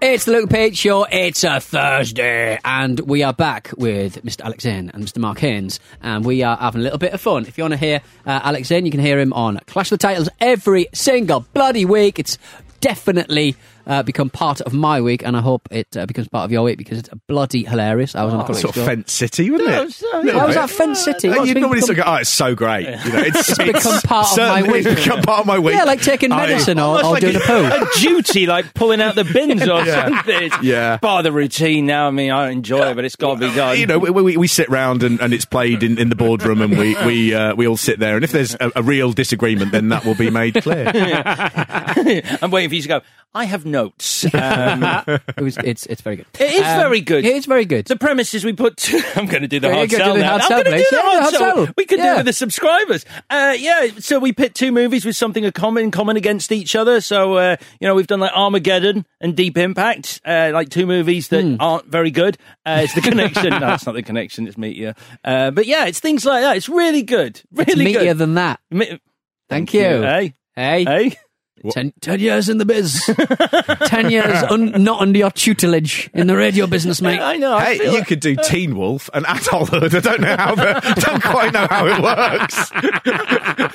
It's the Luke Page Show. It's a Thursday, and we are back with Mr. Alex Zane and Mr. Mark Haynes, and we are having a little bit of fun. If you want to hear uh, Alex Zane, you can hear him on Clash of the Titles every single bloody week. It's definitely uh, become part of my week, and I hope it uh, becomes part of your week because it's bloody hilarious. I was on a couple of sort weeks of ago. Fence City, wouldn't Yeah, it? it was, uh, Little I was bit. at Fence City. Uh, What's you'd been normally become- sort of go, oh, it's so great. You know, it's, it's become part of my certainly week. It's become part of my week. Yeah, like taking I- medicine or, Almost or like doing a poo. a duty, like pulling out the bins or Yeah. something. It's Yeah. Part of the routine now. I mean, I don't enjoy it, but it's got to be done. You know, we, we, we sit round and, and it's played in, in the boardroom, and we we uh, we all sit there. And if there's a, a real disagreement, then that will be made clear. I'm waiting for you to go. I have notes. Um, It was, it's, it's very good. It is very good. It is very good. the premise is we put. Two, I'm going to do the Yeah, hard you're gonna do sell the now. hard I'm sell, going to do please. the Yeah, hard hard sell. sell. We could do Yeah. it with the subscribers. Uh, yeah, so we pit two movies with something in common, common against each other. So uh, you know, we've done like Armageddon and Deep Impact, uh, like two movies that Hmm. aren't very good. Uh, it's the connection. no, it's not the connection. It's Meteor. Uh, but yeah, it's things like that. It's really good. It's Really meatier good. than that. Me- Thank you. Hey, Hey. hey. Ten, ten years in the biz. ten years un, not under your tutelage in the radio business, mate. I know. I hey, feel you it. could do Teen Wolf and Adulthood. I don't know how the, don't quite know how it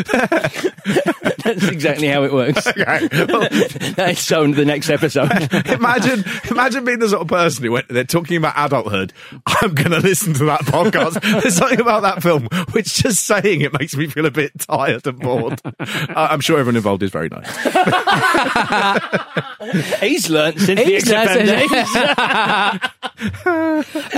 works. That's exactly how it works. Okay. Well, That's shown the next episode. imagine imagine being the sort of person who went they're talking about adulthood i'm gonna listen to that podcast there's something about that film which just saying it makes me feel a bit tired and bored I i'm sure everyone involved is very nice He's learnt since the He's learnt ex-offender. since- and He's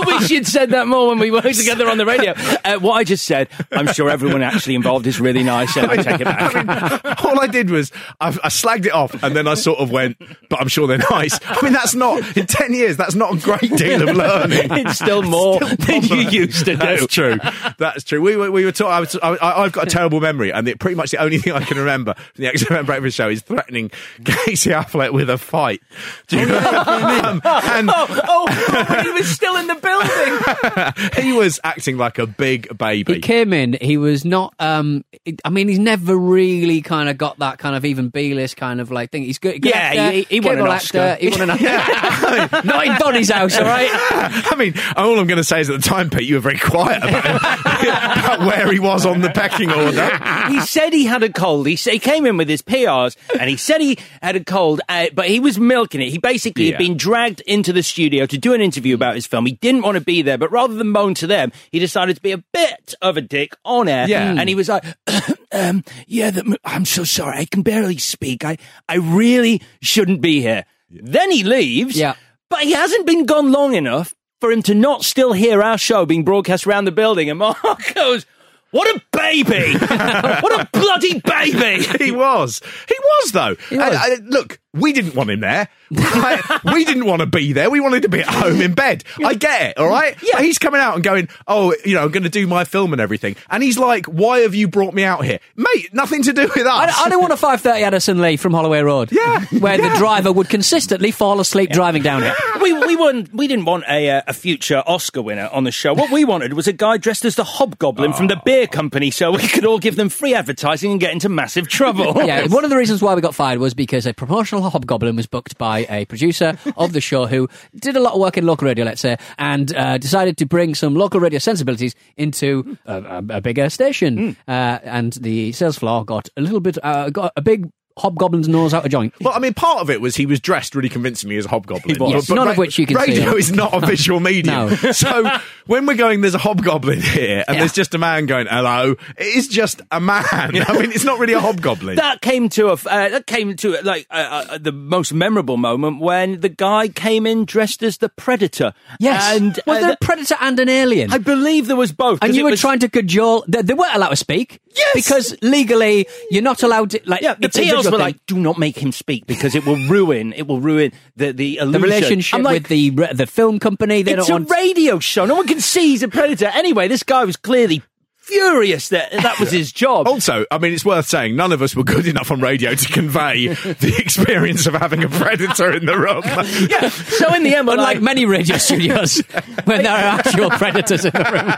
uh, we should said that more when we worked together on the radio. Uh, what I just said, I'm sure everyone actually involved is really nice, and I take it back. I mean, all I did was I, I slagged it off, and then I sort of went, "But I'm sure they're nice." I mean, that's not in ten years. That's not a great deal of learning. It's still more than you used to do. That's true. That's true. We were, we were talking. I was, I, I- I've got a terrible memory, and it, pretty much the only thing I can remember from the X Men Breakfast Show is threatening Casey Affleck with a fight. Do you um, and Oh, oh, when he was still in the building. he was acting like a big baby. he came in. He was not. Um, it- I mean, he's never really kind of got that kind of even B list kind of like thing. He's good. good Yeah, actor, he- he won an capable Oscar. actor, He won an Oscar. not in Donny's house, all right. I mean, all I'm going to say is at the time, Pete, you were very quiet about, him, about where he was on the pecking order. He said he had a cold. He, said, he came in with his PRs and he said he had a cold, uh, but he was milking it. He basically had Yeah. been dragged into the studio to do an interview about his film. He didn't want to be there, but rather than moan to them, he decided to be a bit of a dick on air. Yeah. And he was like, um, Yeah, the, m- I'm so sorry. I can barely speak. I, I really shouldn't be here. Then he leaves. Yeah. But he hasn't been gone long enough for him to not still hear our show being broadcast around the building. And Mark goes, What a baby! what a bloody baby! he was. He was though. And, uh, look, we didn't want him there. Like, we didn't want to be there. We wanted to be at home in bed. I get it. All right. Yeah. But he's coming out and going, oh, you know, I'm going to do my film and everything. And he's like, why have you brought me out here, mate? Nothing to do with us. I, I don't want a 530 Addison Lee from Holloway Road. Yeah, Where the yeah. driver would consistently fall asleep driving down it. we we weren't we didn't want a uh, a future Oscar winner on the show. What we wanted was a guy dressed as the Hobgoblin from the Oh. beer company, so we could all give them free advertising and get into massive trouble. Yeah, one of the reasons why we got fired was because a promotional hobgoblin was booked by a producer of the show who did a lot of work in local radio, let's say, and uh, decided to bring some local radio sensibilities into a, a, a bigger station. Uh, and the sales floor got a little bit, uh, got a big hobgoblin's nose out of joint. Well, I mean, part of it was he was dressed really convincingly as a hobgoblin. was. Yes, none of ra- which you can see Radio on- is not a visual medium. No. So when we're going, there's a hobgoblin here, and Yeah. there's just a man going, hello. It is just a man. I mean, it's not really a hobgoblin. That came to a f- uh, that came to like uh, uh, the most memorable moment when the guy came in dressed as the predator. Yes. and was there uh, th- a predator and an alien? I believe there was both. 'cause and you it were was- trying to cajole. They, they weren't allowed to speak. Yes! Because legally, you're not allowed to. Like, Yeah, the it's a PLs visual were thing. like, "Do not make him speak because it will ruin. It will ruin the the, the illusion. relationship I'm like, with the re- the film company. They it's don't want. a radio show. No one can see he's a predator. Anyway, this guy was clearly furious that that was his Oh, job. Also, I mean, it's worth saying none of us were good enough on radio to convey the experience of having a predator in the room. yeah. So in the end, we're Unlike like, many radio studios, when there are actual predators in the room.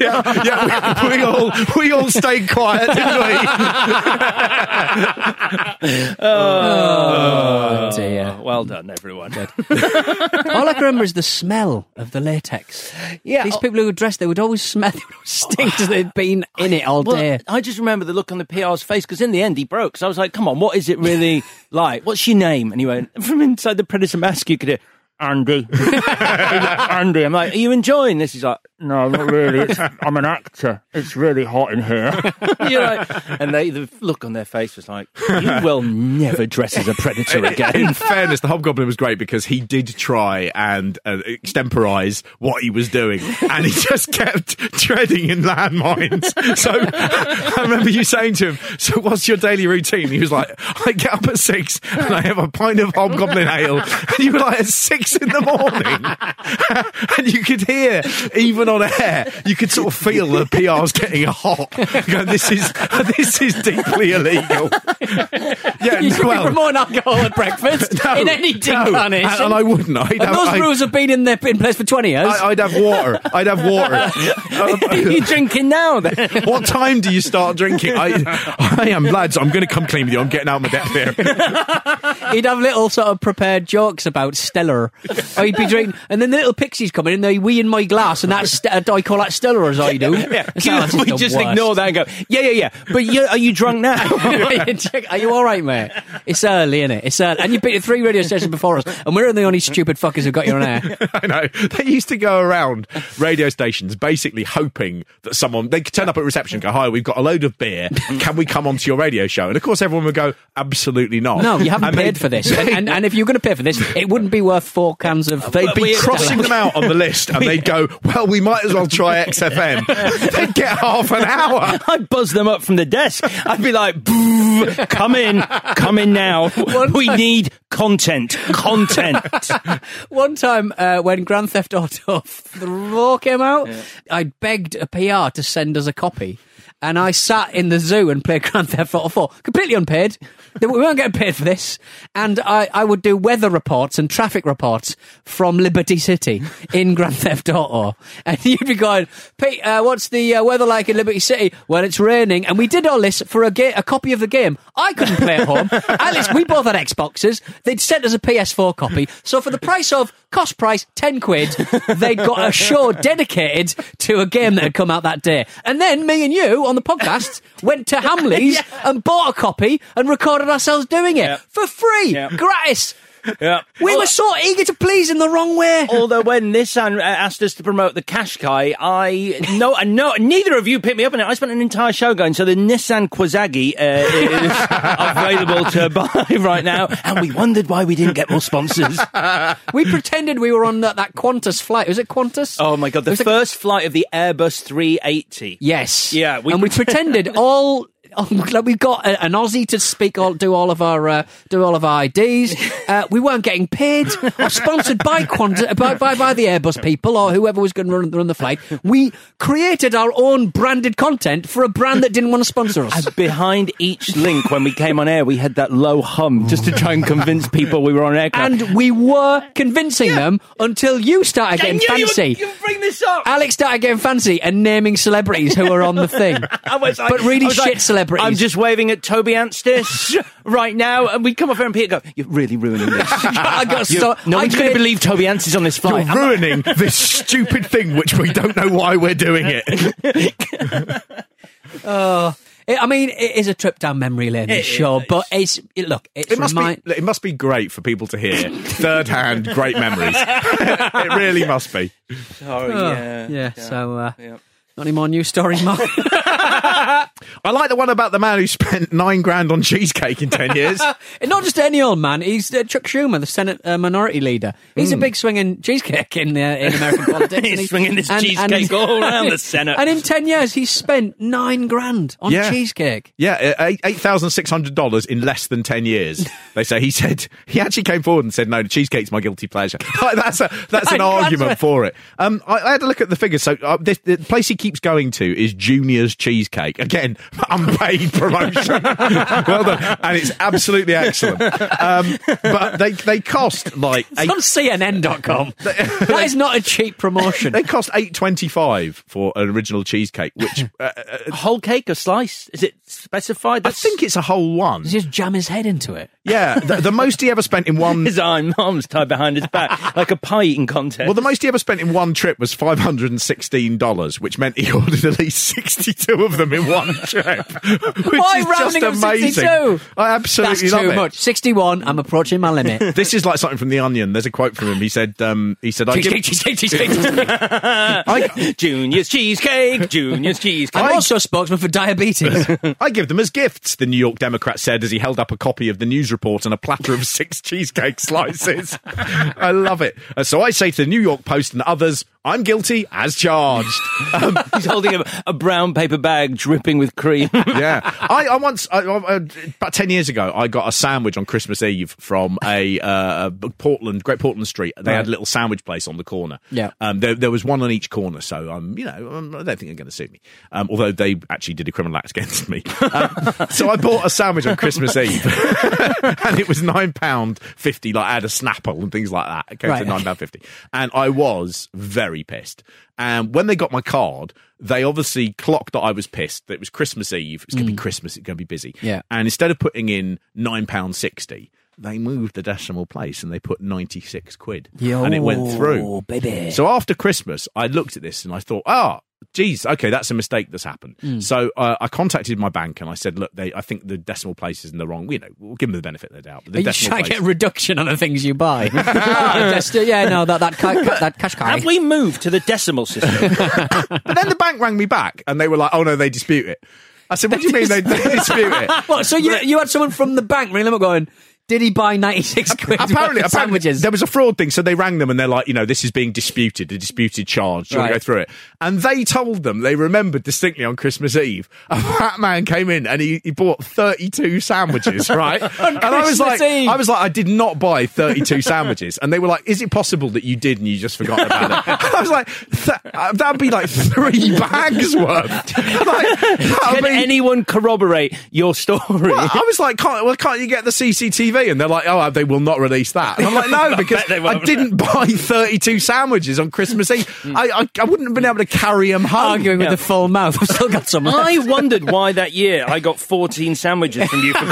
yeah, yeah we, we all we all stayed quiet, didn't Oh, dear. well done, everyone. All I can remember is the smell of the latex. Yeah. oh These people who were dressed, they would always smell, they would always stink as they'd been in it all Well, day. I just remember the look on the PR's face because in the end he broke. So I was like, "Come on, what is it really like? What's your name?" And he went from inside the predator mask. You could hear Andy, Andy. I'm like, "Are you enjoying this?" He's like, No, not really. It's, I'm an actor. It's really hot in here. "You're right." And they, the look on their face was like, "You will never dress as a predator we? again." In fairness, the hobgoblin was great because he did try and uh, extemporize what he was doing, and he just kept treading in landmines. So I remember you saying to him, "So what's your daily routine?" He was like, "I get up at six and I have a pint of hobgoblin ale," and you were like, "At six in the morning," and you could hear even on air, you could sort of feel the PR's getting hot. Going, "This is this is deeply illegal." Yeah, You should well- be promoting alcohol at breakfast no, in any no, and, incarnation. and I wouldn't. I'd And have, those I'd, rules have been in their in place for twenty years. I- I'd have water. I'd have Are you water. drinking now? Then Um, what time do you start drinking? I, I am, lads. I'm going to come clean with you. I'm getting out of my depth here. he'd have little sort of prepared jokes about Stellar. or he'd be drinking, and then the little pixies come in and they wee in my glass, and that's Ste- I call that Stellar as I do. That's how that's we the just worst. ignore that and go, "Yeah, yeah, yeah." But you, are you drunk now? Check- Are you all right, mate? It's early, innit? It's early, and you've been to three radio stations before us, and we're the only stupid fuckers who got you on air. I know they used to go around radio stations, basically hoping that someone they could turn up at reception, and go, "Hi, we've got a load of beer. Can we come onto your radio show?" And of course, everyone would go, "Absolutely not. No, you haven't And paid they'd- for this, and, and, and if you're going to pay for this, it wouldn't be worth four cans of. They'd be Weird Stellar. crossing them out on the list, and they'd go, "Well, we might as well try XFM." they'd get half an hour. I'd buzz them up from the desk. I'd be like, "Boo, come in, come in now. We need content, content. One time uh, when Grand Theft Auto 4 came out, I begged a PR to send us a copy. And I sat in the zoo and played Grand Theft Auto 4, completely unpaid. We weren't getting paid for this. And I, I would do weather reports and traffic reports from Liberty City in Grand Theft Auto. And you'd be going, Pete, uh, what's the uh, weather like in Liberty City? Well, it's raining. And we did all this for a, ga- a copy of the game. I couldn't play at home. Alice, we both had Xboxes. They'd sent us a PS4 copy. So for the price of cost price 10 quid, they got a show dedicated to a game that had come out that day. And then me and you on the podcast went to Hamley's and bought a copy and recorded ourselves doing it Yeah. for free, Yeah. gratis. Yeah. We were so eager to please in the wrong way. Although when this an- uh, asked us to promote the Qashqai, I no, I no, neither of you picked me up on it. I spent an entire show going. So the Nissan Quasagi uh, is available to buy right now, and we wondered why we didn't get more sponsors. We pretended we were on that, that Qantas flight. Was it Qantas? Oh my god, It the was like- first flight of the Airbus 380. Yes. Yeah, we- and we pretended all. oh, Like we got a- an Aussie to speak, all, do all of our uh, do all of our IDs. Uh, we weren't getting paid or sponsored by, Qantas, uh, by by by the Airbus people or whoever was going to run, run the flight. We created our own branded content for a brand that didn't want to sponsor us. Behind each link, when we came on air, we had that low hum just to try and convince people we were on aircraft. And we were convincing them until you started I getting knew you fancy. would- you would bring this up. Alex started getting fancy and naming celebrities who were on the thing. I was like- but really I was shit like, celebrities. I'm just waving at Toby Anstis right now, and we come up here and Peter go, "You're really ruining this." I got You- so no I one's going made- to believe Toby Anstis on this flight. You're ruining this stupid thing, which we don't know why we're doing it. Oh, It, I mean, it is a trip down memory lane, It sure, is. but it's it, look, it's It must remind- be. It must be great for people to hear third hand great memories. it really must be. Oh, Oh, yeah. So uh, yeah. not any more news stories, Mark. I like the one about the man who spent nine grand on cheesecake in ten years. And not just any old man. He's uh, Chuck Schumer, the Senate uh, Minority Leader. He's a big swinging cheesecake in uh, in American politics. and He's he- swinging his cheesecake all around the Senate. And in ten years, he spent nine grand on Yeah. cheesecake. Yeah, uh, eight- $8,600 in less than 10 years. They say he said, he actually came forward and said, no, the cheesecake's my guilty pleasure. Like, that's a, that's an Nine grand argument worth. for it. Um, I, I had a look at the figures. So uh, this, the place he keeps going to is Junior's Cheesecake. Again, unpaid promotion. well done. And it's absolutely excellent. Um, but they, they cost like It's eight, on CNN.com. that is not a cheap promotion. they cost 825 for an original cheesecake, which uh, Whole cake or slice? Is it specified? I think it's a whole one. He just jam his head into it. Yeah, the, the most he ever spent in one his arm, arms tied behind his back like a pie eating contest. Well, the most he ever spent in one trip was five hundred and sixteen dollars, which meant he ordered at least sixty-two of them in one trip, which Why is rounding up just amazing. 62? I absolutely That's love too it. much. Sixty-one. I'm approaching my limit. This is like something from The Onion. There's a quote from him. He said, um, "He said I give, cheesecake, cheesecake, cheesecake, cheesecake. I, Junior's cheesecake, Junior's cheesecake. I'm also a spokesman for diabetes. I give them as gifts." The New York Democrat said as he held up a copy of the news report and a platter of six cheesecake slices. I love it. Uh, so I say to the New York Post and others, "I'm guilty as charged." Um, He's holding a, a brown paper bag dripping with cream. yeah. I, I once, I, I, uh, about 10 years ago, I got a sandwich on Christmas Eve from a uh, b- Portland, Great Portland Street. They had a little sandwich place on the corner. Yeah. Um, there, there was one on each corner, so um, you know, um, I don't think they're going to sue me. Um, although they actually did a criminal act against me. Um, so I bought a sandwich on Christmas Eve, and it was £9.50. Like I had a Snapple and things like that. It came Right. to £9.50. And I was very pissed. And when they got my card, they obviously clocked that I was pissed. That it was Christmas Eve. It's going to be Christmas. It's going to be busy. Mm. Yeah. And instead of putting in £9.60, they moved the decimal place and they put 96 quid. And it went through. baby. So after Christmas, I looked at this and I thought, ah, geez, okay, that's a mistake that's happened. Mm. So uh, I contacted my bank and I said, look, they, I think the decimal place is in the wrong. You know, we'll give them the benefit of the doubt. But the Are you decimal trying to place- get a reduction on the things you buy? Ah, just, uh, yeah, no, that that, ca- ca- that cash card. Have we moved to the decimal system? but then the bank rang me back and they were like, oh no, they dispute it. I said, what do you mean they, they dispute it? What? So you you had someone from the bank ringing them up going, "Did he buy ninety six quid worth apparently, of apparently sandwiches?" there was a fraud thing, so they rang them and they're like, you know, this is being disputed, a disputed charge. Do you want to Right. go through it? And they told them they remembered distinctly on Christmas Eve a fat man came in and he, he bought thirty two sandwiches, right? and I Christmas was like, Eve. I was like, I did not buy thirty two sandwiches, and they were like, is it possible that you did and you just forgot about it? I was like, "Th- uh, that'd be like three bags worth. Like, that'd Can be- anyone corroborate your story? well, I was like, can't, well, can't you get the CCTV? And they're like, oh, they will not release that. And I'm like, no, because they I won't. Hmm. didn't buy 32 sandwiches on Christmas Eve. I, I, I wouldn't have been able to carry them home. arguing Yeah. with the full mouth. I've still got some. left. I wondered why that year I got 14 sandwiches from you for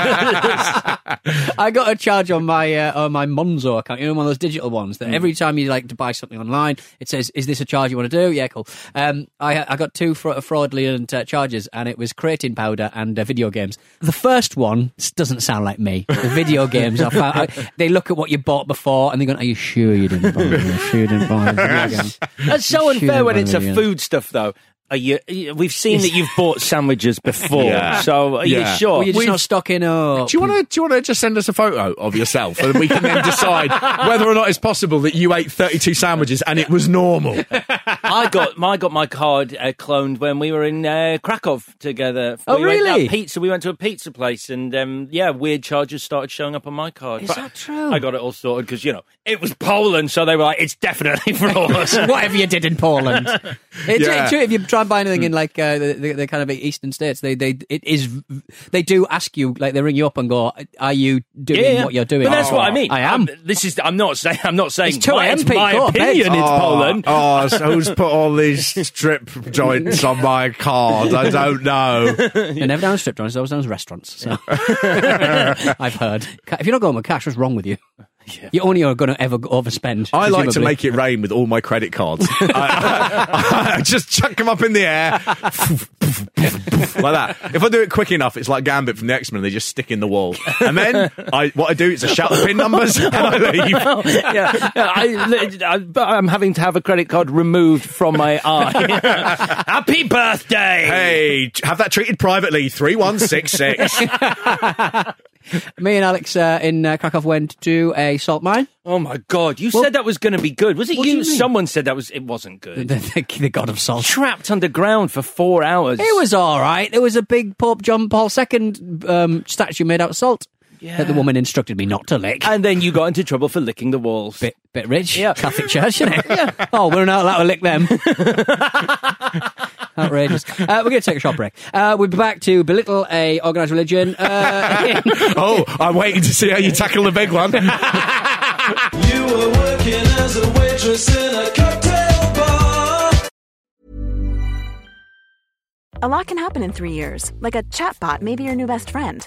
Christmas. I got a charge on my uh, on my Monzo account. You know, one of those digital ones that every time you like to buy something online, it says, "Is this a charge you want to do?" Yeah, cool. Um, I I got two fra- fraudulent uh, charges, and it was creatine powder and uh, video games. The first one s- doesn't sound like me. The video games, I found, I, they look at what you bought before, and they go, "Are you sure you didn't buy? Are you sure you didn't buy the video game?" That's so Sure, unfair when it's yeah. a food stuff, though. Are you, we've seen that you've bought sandwiches before, Yeah. so are Yeah. you sure? Well, you're just We've- not stocking up. Do you want to? Do you want to just send us a photo of yourself, and we can then decide whether or not it's possible that you ate thirty-two sandwiches and it was normal? I got my got my card uh, cloned when we were in uh, Krakow together. Oh, we went really? out pizza. We went to a pizza place, and um, yeah, weird charges started showing up on my card. Is But that true? I got it all sorted because you know it was Poland, so they were like, "It's definitely fraud." Whatever you did in Poland, it's Yeah. true. If you try and buy anything in like uh, the, the, the kind of eastern states, they they it is they do ask you like they ring you up and go, "Are you doing what you're doing?" Oh, But that's what I mean. Um, I am. I'm- this is. I'm not saying. I'm not saying. It's 2 my, a.m. it's my Pete, go on, Pete. opinion. It's Poland. Oh, so who's put all these strip joints on my card? I don't know. I never down strip joints. I was down restaurants. So I've heard. Ca- If you're not going with cash, what's wrong with you? You only are going to ever overspend. I like to presumably. make it rain with all my credit cards. I, I- I just chuck them up in the air like that. If I do it quick enough, it's like Gambit from the X Men. They just stick in the wall, and then I what I do is I shout the pin numbers and I leave. yeah, yeah, I, li- I, but I'm having to have a credit card removed from my eye. Happy birthday! Hey, have that treated privately. Three one six six. Me and Alex uh, in uh, Krakow went to a salt mine. Oh my god, you said that was going to be good. Was it What do you? you mean? Someone said that was. It wasn't The, good. the, the god of salt. Trapped underground for four hours. It was all right. There was a big Pope John Paul II um, statue made out of salt that the woman instructed me not to lick. and then you got into trouble for licking the walls. bit, bit rich. Yeah. Catholic Church, isn't it? Oh, we're not allowed to lick them. Outrageous. Uh, we're going to take a short break. Uh, we'll be back to belittle a organised religion. Uh, in- Oh, I'm waiting to see how you tackle the big one. You were working as a waitress in a cocktail bar. A lot can happen in three years, like a chatbot may be your new best friend.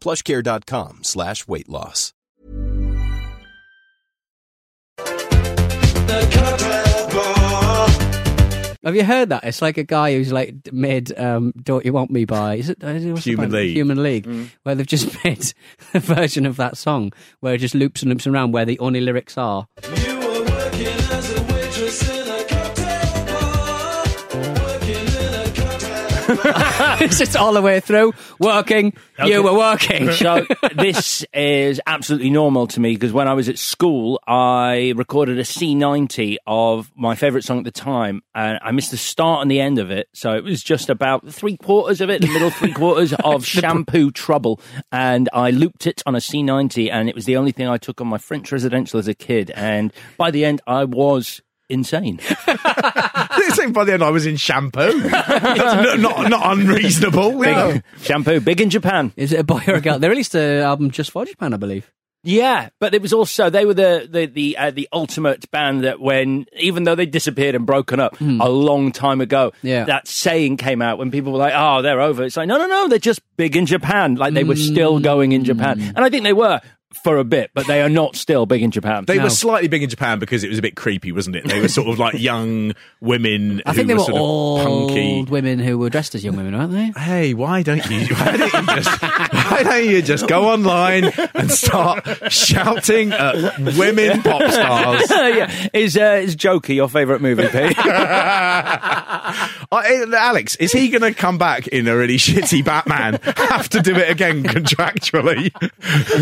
plushcare.com slash weight loss. have you heard that? It's like a guy who's like made um, "Don't You Want Me" by is it, is it what's the Human band? League. Mm. Human League, where they've just made a version of that song where it just loops and loops around, where the only lyrics are You were working as a waitress in a cocktail bar. Working in a cocktail it's just all the way through. Working, you were working. so this is absolutely normal to me because when I was at school, I recorded a C90 of my favorite song at the time, and I missed the start and the end of it. So it was just about three quarters of it, the middle three quarters of Shampoo Trouble, and I looped it on a C90, and it was the only thing I took on my French residential as a kid. And by the end, I was insane. Saying by the end, I was in shampoo. That's n- not, not unreasonable. you know. Shampoo, big in Japan. Is it a boy or a girl? They released an album just for Japan, I believe. Yeah, but it was also they were the the the, uh, the ultimate band that when even though they disappeared and broken up a long time ago, Yeah. that saying came out when people were like, "Oh, they're over." It's like, no, no, no, they're just big in Japan. Like they were still going in Japan, and I think they were for a bit, but they are not still big in Japan. They were slightly big in Japan because it was a bit creepy, wasn't it? They were sort of like young women. I who think they were, sort of old punky. women who were dressed as young women, weren't they? Hey, why don't you? Why don't you just? Why don't you just go online and start shouting at women pop stars? yeah, is uh, is Joker your favorite movie? Pete? I- Alex, is he going to come back in a really shitty Batman? Have to do it again contractually.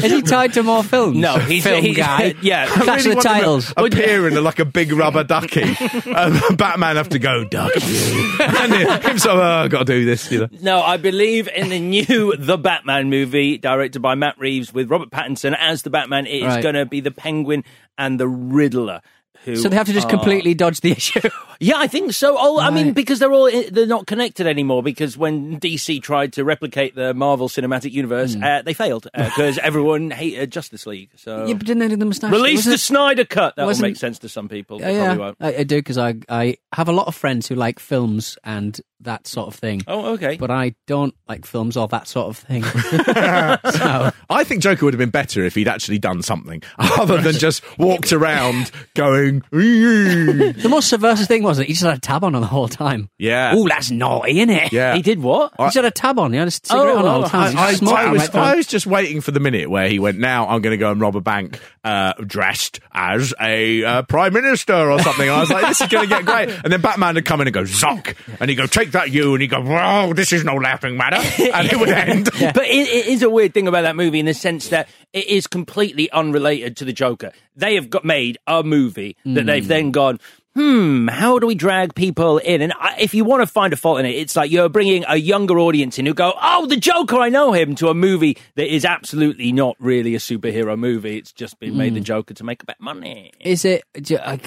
Is he tied to more films? No, he's- film he's- guy. yeah. I that's Uh, the really want him to titles. Appear in like a big rubber ducky. um, Batman have to go ducky. and him sort of, oh, got to do this. You know. No, I believe in the new The Batman movie, directed by Matt Reeves with Robert Pattinson as the Batman. It is Right. going to be the Penguin and the Riddler. Who So they have to just are- completely dodge the issue. Yeah, I think so. Oh, I mean, Right. because they're all they're not connected anymore. Because when DC tried to replicate the Marvel Cinematic Universe, Hmm. uh, they failed because everyone hated Justice League. So yeah, but didn't they do the moustache? release the Wasn't Snyder Cut. That will wasn't- make sense to some people. it- but Yeah, Uh, probably yeah. won't. I, I do because I I have a lot of friends who like films and that sort of thing. Oh, okay. But I don't like films or that sort of thing. I think Joker would have been better if he'd actually done something other than just walked around going. "Ee." the most subversive thing wasn't it? He just had a tab on the whole time. Yeah. Oh, that's naughty, isn't it? Yeah. He did what? He just had a tab on. He had a cigarette Oh, on the oh, whole time. I, He smoked I all was, that time. I was just waiting for the minute where he went, now I'm going to go and rob a bank uh, dressed as a uh, prime minister or something. I was like, this is going to get great. And then Batman would come in and go, Zock. And he'd go, take that, you. And he'd go, whoa, this is no laughing matter. And it would end. But it, it is a weird thing about that movie in the sense that it is completely unrelated to the Joker. They have got made a movie that they've then gone. Hmm, how do we drag people in? And I, if you want to find a fault in it, it's like you're bringing a younger audience in who go, "Oh, the Joker, I know him," to a movie that is absolutely not really a superhero movie. It's just been made the Joker to make a bit of money. Is it. do- uh,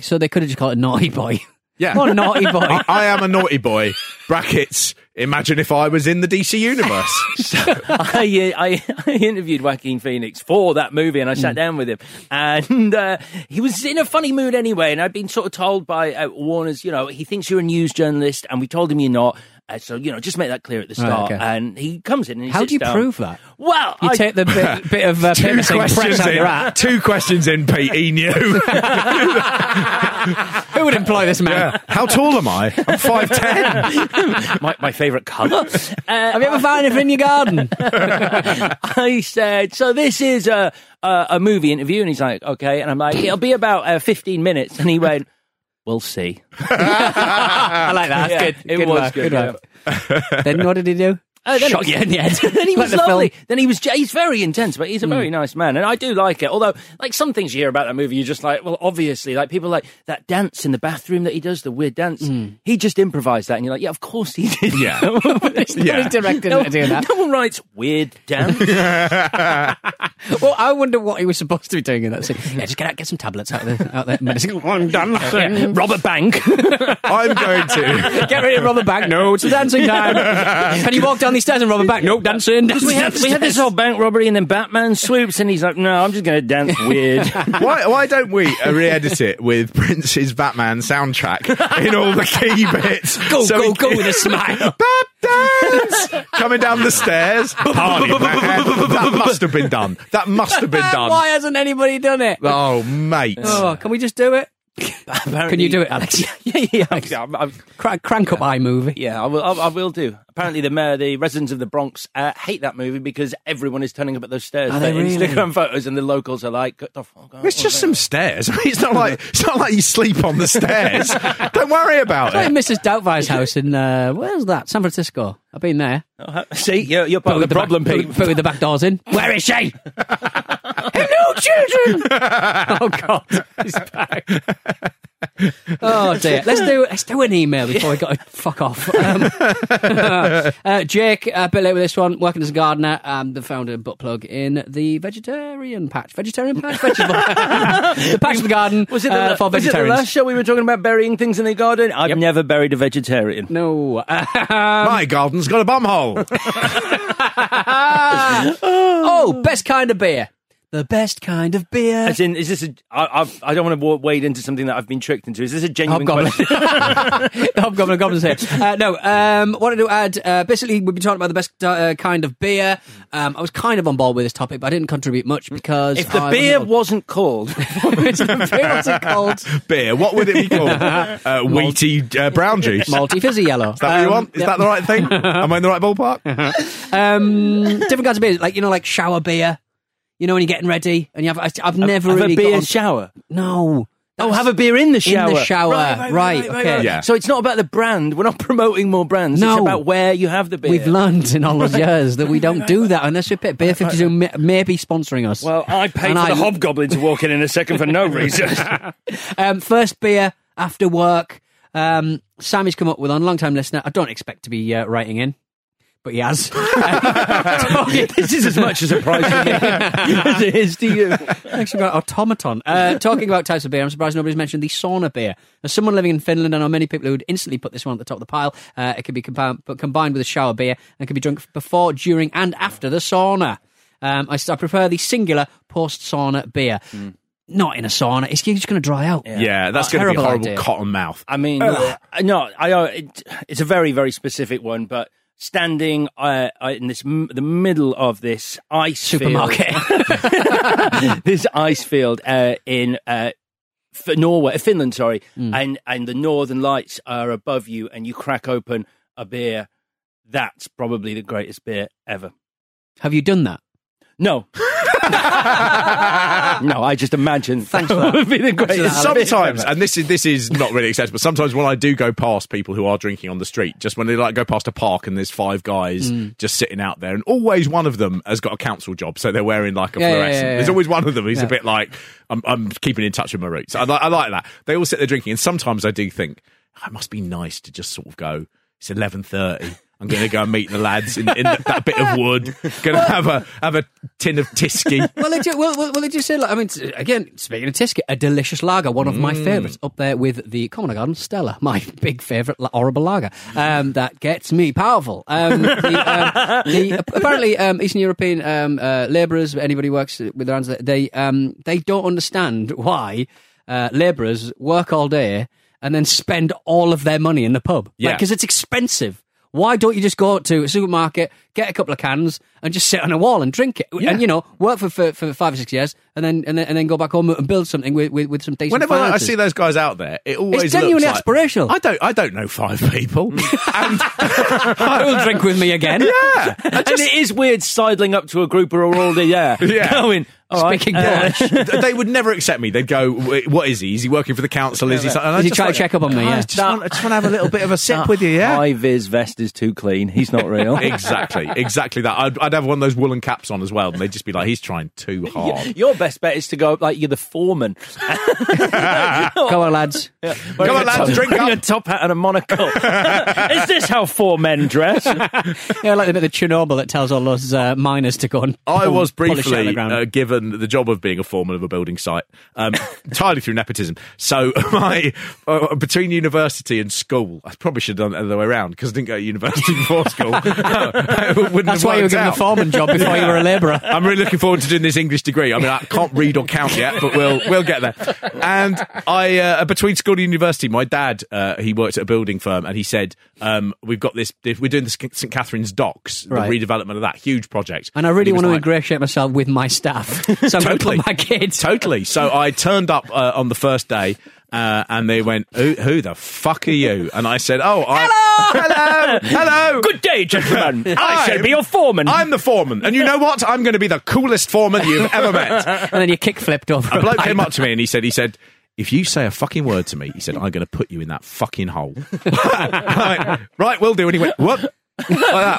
So they could have just called it Naughty Boy. Yeah. What a Naughty Boy. I, I am a naughty boy. Brackets. Imagine if I was in the DC universe. I, uh, I, I interviewed Joaquin Phoenix for that movie, and I Mm. sat down with him, and uh, he was in a funny mood anyway. And I'd been sort of told by uh, Warner's, you know, he thinks you're a news journalist, and we told him you're not. Uh, so you know, just make that clear at the Right, start. okay. And he comes in. and he How sits do you down. prove that? Well, You I, take the bit, bit of uh, paper saying press out your in, ass. two questions in, Pete. He knew. Who would employ this man? Yeah. How tall am I? I'm 5'10. my, my favorite color. Uh, Have you ever found anything in your garden? I said, "So this is a, a a movie interview," and he's like, "Okay," and I'm like, "It'll be about uh, 15 minutes," and he went, "We'll see." I like that. That's Yeah, good. it good was laugh, good, laugh. then what did he do? Uh, then Shot it- you in the head. then he Like was the lovely. film. Hmm. Then he was. j- He's very intense, but he's a very nice man, and I do like it. Although, like some things you hear about that movie, you're just like, well, obviously, like people like that dance in the bathroom that he does, the weird dance. Hmm. He just improvised that, and you're like, yeah, of course he did. Yeah. Somebody directed him No, to do that. no one writes weird dance. Well, I wonder what he was supposed to be doing in that scene. Yeah, just get out, get some tablets out of the, out of the medicine. I'm done. Yeah. Robert Bank. I'm going to. Get rid of Robert Back. No, it's dancing time. Can you walk down these stairs and Robert Back? Nope, dancing. we, had, we had this whole bank robbery, and then Batman swoops, and he's like, no, I'm just going to dance weird. Why, why don't we uh, re-edit it with Prince's Batman soundtrack in all the key bits? Go, So go, we go can- with a smile. Bat dance! Coming down the stairs. Party, man. that must have been done. That must have been Why done. hasn't anybody done it? Oh, mate. Oh, can we just do it? Can you do it, Alex? yeah, yeah, yeah. I'm- I'm- Cra- crank up iMovie. Yeah, I will. I, I will do. Apparently, the mayor, the residents of the Bronx uh, hate that movie because everyone is turning up at those stairs. Are they Their really? Instagram photos, and the locals are like, "Get the fuck out It's of just there." some stairs. I mean, It's not like it's not like you sleep on the stairs. Don't worry about Like it. Mrs. Doubtfire's house in uh, where's that? San Francisco. I've been there. See, you're, you're part of the, with problem, back, Pete. But with the back doors in. Where is she? Hello, children. oh God, he's back. Oh dear. Let's do let's do an email before we got to fuck off. Um, uh, Jake, a bit late with this one. Working as a gardener, um, the founder of Butt Plug in the vegetarian patch. Vegetarian patch. Vegetable. the patch of the garden Was it, the, uh, for was it the vegetarians. last show we were talking about burying things in the garden? I've never buried a vegetarian. no. Um, My garden's got a bum hole. oh, best kind of beer. The best kind of beer. As in, is this a? I, I've, I don't want to wa- wade into something that I've been tricked into. Is this a Oh, genuine Hobgoblin. question? The Hobgoblin Goblin's here. Uh, no, um, wanted to add, uh, basically, we've been talking about the best uh, kind of beer. Um, I was kind of on board with this topic, but I didn't contribute much because. If the I beer was. wasn't called, the beer wasn't called Beer. What would it be called? Uh, wheaty uh, brown juice. Is Malty Fizzy Yellow. that what you Um, want? Is yeah. that the right thing? Am I in the right ballpark? Um, different kinds of beers, like, you know, like shower beer. You know, when you're getting ready and you have. I, I've never have really a beer got on- shower. No. Oh, That's- have a beer in the shower. In the shower. Right, okay. right. Yeah. So it's not about the brand. We're not promoting more brands. No. It's about where you have the beer. We've learned in all those years that we don't do that unless we pay. Beer 52 may, may be sponsoring us. Well, I paid And for I- the hobgoblin to walk in in a second for no reason. Um, first beer after work. Um, Sammy's come up with on long time listener. I don't expect to be uh, writing in, but he has. this is as much a surprise to me as it is to you. Actually, got automaton. Uh, talking about types of beer, I'm surprised nobody's mentioned the sauna beer. As someone living in Finland, I know many people who would instantly put this one at the top of the pile. Uh, it can be compound, but combined with a shower beer and can be drunk before, during, and after the sauna. Um, I, s- I prefer the singular post sauna beer. Hmm. Not in a sauna. It's you're just going to dry out. Yeah, that's A going to be a terrible horrible idea. cotton mouth. I mean, uh, no, I uh, it, it's a very very specific one, but standing uh, uh, in this m- the middle of this ice Supermarket. field, this ice field uh, in uh, for Norway, Finland, sorry, and and the Northern Lights are above you, and you crack open a beer. That's probably the greatest beer ever. Have you done that? No. no, I just imagine Thanks for that. would be the greatest. Sometimes, and this is this is not really acceptable. Sometimes when I do go past people who are drinking on the street, just when they like go past a park and there's five guys Hmm. just sitting out there, and always one of them has got a council job, so they're wearing like a Yeah, yeah, fluorescent. yeah, yeah. There's always one of them who's Yeah. a bit like I'm, I'm keeping in touch with my roots. I, li- I like that. They all sit there drinking, and sometimes I do think "Oh, it must be nice to just sort of go. It's eleven thirty. I'm going to go and meet the lads in, in that bit of wood. Going to have a have a tin of tisky. well, it, ju- well, well, well, it just said, like, I mean, t- again, speaking of Tisket, a delicious lager, one of my favourites, up there with the Common Garden Stella, my big favourite la- horrible lager. Um, that gets me powerful. Um, the, um, the, apparently, um, Eastern European um, uh, labourers, anybody who works with their hands, they, um, they don't understand why uh, labourers work all day and then spend all of their money in the pub. Yeah. Because it's expensive. Why don't you just go to a supermarket, get a couple of cans, and just sit on a wall and drink it? And you know, work for, for, for five or six years, and then and then, and then go back home and build something with, with, with some decent. Whenever I- I finances. see those guys out there, it always genuinely looks like- aspirational. I don't, I don't know five people. and I will drink with me again. yeah, and it is weird sidling up to a group who are already there, Yeah. going, all right, Speaking uh, Dutch. they would never accept me. They'd go, "Wait, "What is he? Is he working for the council? Is he?" something?" And I Is he just trying to check up on me, "Oh, I yeah." just, want, I just want to have a little bit of a sip with you. Yeah. High vis vest is too clean. He's not real. Exactly, exactly that. I'd, I'd have one of those woolen caps on as well, and they'd just be like, "He's trying too hard." Your best bet is to go up like you're the foreman. Go on, lads. Come on, Wearing a lads, top- drink wearing up. a top hat and a monocle. is this how four men dress? Yeah, like the bit of Chernobyl that tells all those uh, miners to go and I pull- was polish it on the briefly ground. uh, given the job of being a foreman of a building site, um, entirely through nepotism. So my uh, between university and school, I probably should have done it the other way around because I didn't go to university before school. It wouldn't That's have why you were worked given a out. foreman job before you were a labourer. I'm really looking forward to doing this English degree. I mean, I can't read or count yet, but we'll we'll get there. And I, uh, between school and university, my dad uh, he worked at a building firm, and he said um, we've got this. We're doing the St Catherine's Docks, the Right. redevelopment of that huge project. And I really he was want to like- ingratiate myself with my staff, so I'm going to Totally. put my kids. Totally. So I turned up uh, on the first day, uh, and they went, who, "Who the fuck are you?" And I said, "Oh, I, hello, hello, hello, Good day, gentlemen. I shall I'm- be your foreman. I'm the foreman, and you know what? I'm going to be the coolest foreman you've ever met." And then you kick flipped over. A bloke pipe. came up to me and he said, "He said." If you say a fucking word to me, he said, I'm going to put you in that fucking hole. I went, right, we'll do. And he went, what? Like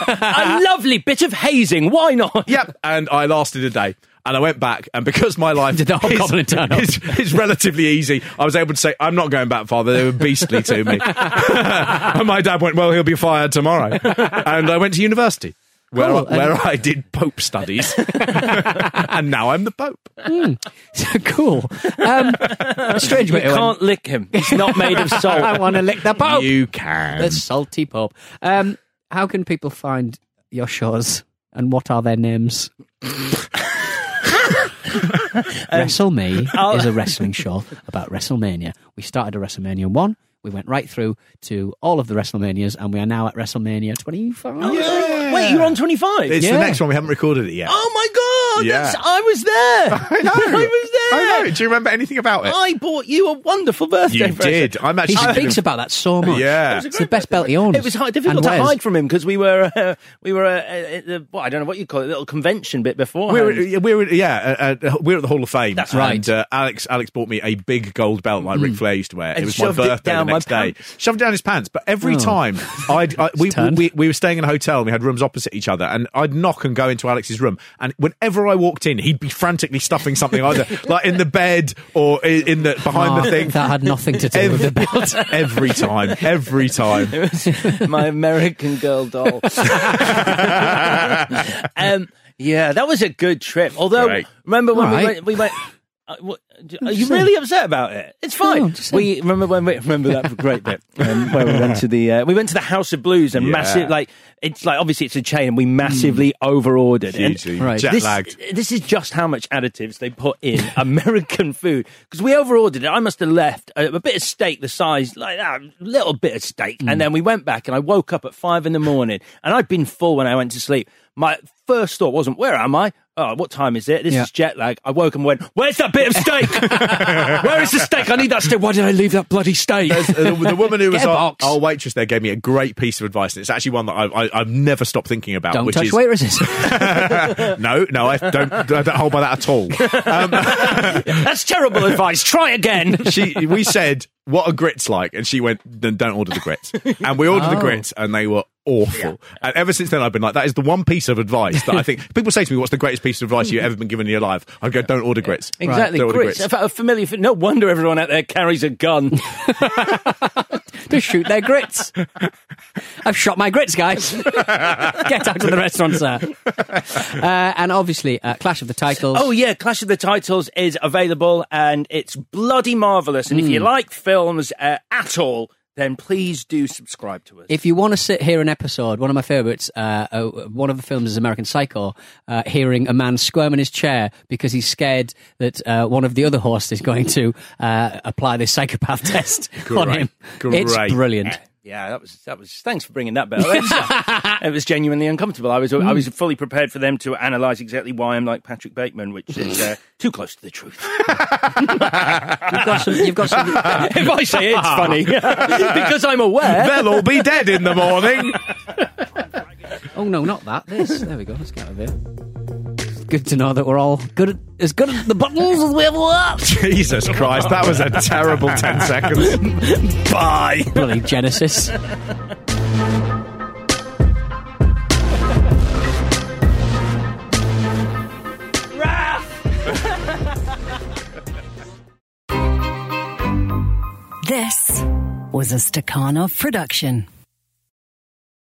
that. a lovely bit of hazing. Why not? Yep. And I lasted a day. And I went back, and because my life Did the hobgoblin is, turn up? is, is relatively easy, I was able to say, I'm not going back, Father. They were beastly to me. and my dad went, Well, he'll be fired tomorrow. And I went to university, where, Cool, and- where I did Pope studies. and now I'm the Pope. cool. Um, strange You way to end. can't lick him. He's not made of salt. I want to lick the pope. You can. the salty pope. Um, how can people find your shows and what are their names? Wrestle Me Um, is a wrestling show about WrestleMania. We started at WrestleMania 1. We went right through to all of the WrestleManias, and we are now at WrestleMania 25. Oh, Yeah. Wait, you're on 25. It's Yeah. the next one. We haven't recorded it yet. Oh my God. Yeah. That's, I was there. I know. was there. I know. Do you remember anything about it? I bought you a wonderful birthday you present. did. I'm He actually. speaks about that so much. Yeah. It was a It's the best belt he owns. It was hard, And difficult to wears. hide from him because we were uh, we were uh, uh, uh, well, I don't know what you call it, a little convention bit before. We're, yeah, we're yeah, uh, uh, we're at the Hall of Fame. That's Mm. right. And, uh, Alex Alex bought me a big gold belt like Ric Flair used to wear. And it was my shoved it birthday the down my next day. pants. Oh. Shoved it down his pants. But every time I'd, I we, turned. we we were staying in a hotel and we had rooms opposite each other, and I'd knock and go into Alex's room, and whenever I walked in, he'd be frantically stuffing something either like in the bed or i- in the behind Oh, Ah, the thing. That had nothing to do with Every, the belt. every time, every time. my American Girl doll. um, yeah, that was a good trip. Although, Great. remember when All we right. went? We went uh, what, are you really upset about it? It's No, fine. just we remember when we remember that great bit um, where we went to the uh, we went to the House of Blues and Yeah. Mm. massive like it's like obviously it's a chain and we massively over ordered. Hugely Right. jet this, lagged. This is just how much additives they put in American food because we overordered it. I must have left a, a bit of steak, the size like that, little bit of steak, Mm. and then we went back and I woke up at five in the morning and I'd been full when I went to sleep. My first thought wasn't where am I. oh, what time is it? This Yeah. is jet lag. I woke up and went, where's that bit of steak? Where is the steak? I need that steak. Why did I leave that bloody steak? There's- uh, the, the woman who was Get a our, box. our waitress there gave me a great piece of advice, and it's actually one that I, I, I've never stopped thinking about. Don't which touch is, waitresses. no, no, I don't, I don't hold by that at all. Um, That's terrible advice. Try again. she we said what are grits like and she went then don't order the grits and we ordered the Oh. grits and they were awful and ever since then i've been like that is the one piece of advice that i think people say to me what's the greatest piece of advice you've ever been given in your life i go don't order grits Exactly, Don't order grits. In fact, a familiar. No wonder everyone out there carries a gun. to shoot their grits. I've shot my grits, guys. Get out of the restaurant, sir. Uh, and obviously, uh, Clash of the Titles. Oh yeah, Clash of the Titles is available and it's bloody marvelous. And if you like films uh, at all, then please do subscribe to us. If you want to sit here an episode, one of my favourites, uh, uh, one of the films is American Psycho, uh, hearing a man squirm in his chair because he's scared that uh, one of the other hosts is going to uh, apply this psychopath test on Great. him. Great. It's brilliant. yeah, that was that was. Thanks for bringing that bell. It was- it was genuinely uncomfortable. I was I was fully prepared for them to analyse exactly why I'm like Patrick Bateman, which is uh, too close to the truth. You've got some. You've got some if I say it's funny, because I'm aware. they'll all be dead in the morning oh no, not that. This. There we go. Let's get out of here. It's Good to know that we're all good at, as good at the buttons as we ever were. jesus christ that was a terrible 10 seconds bye Bloody Genesis. This was a Stakhanov production.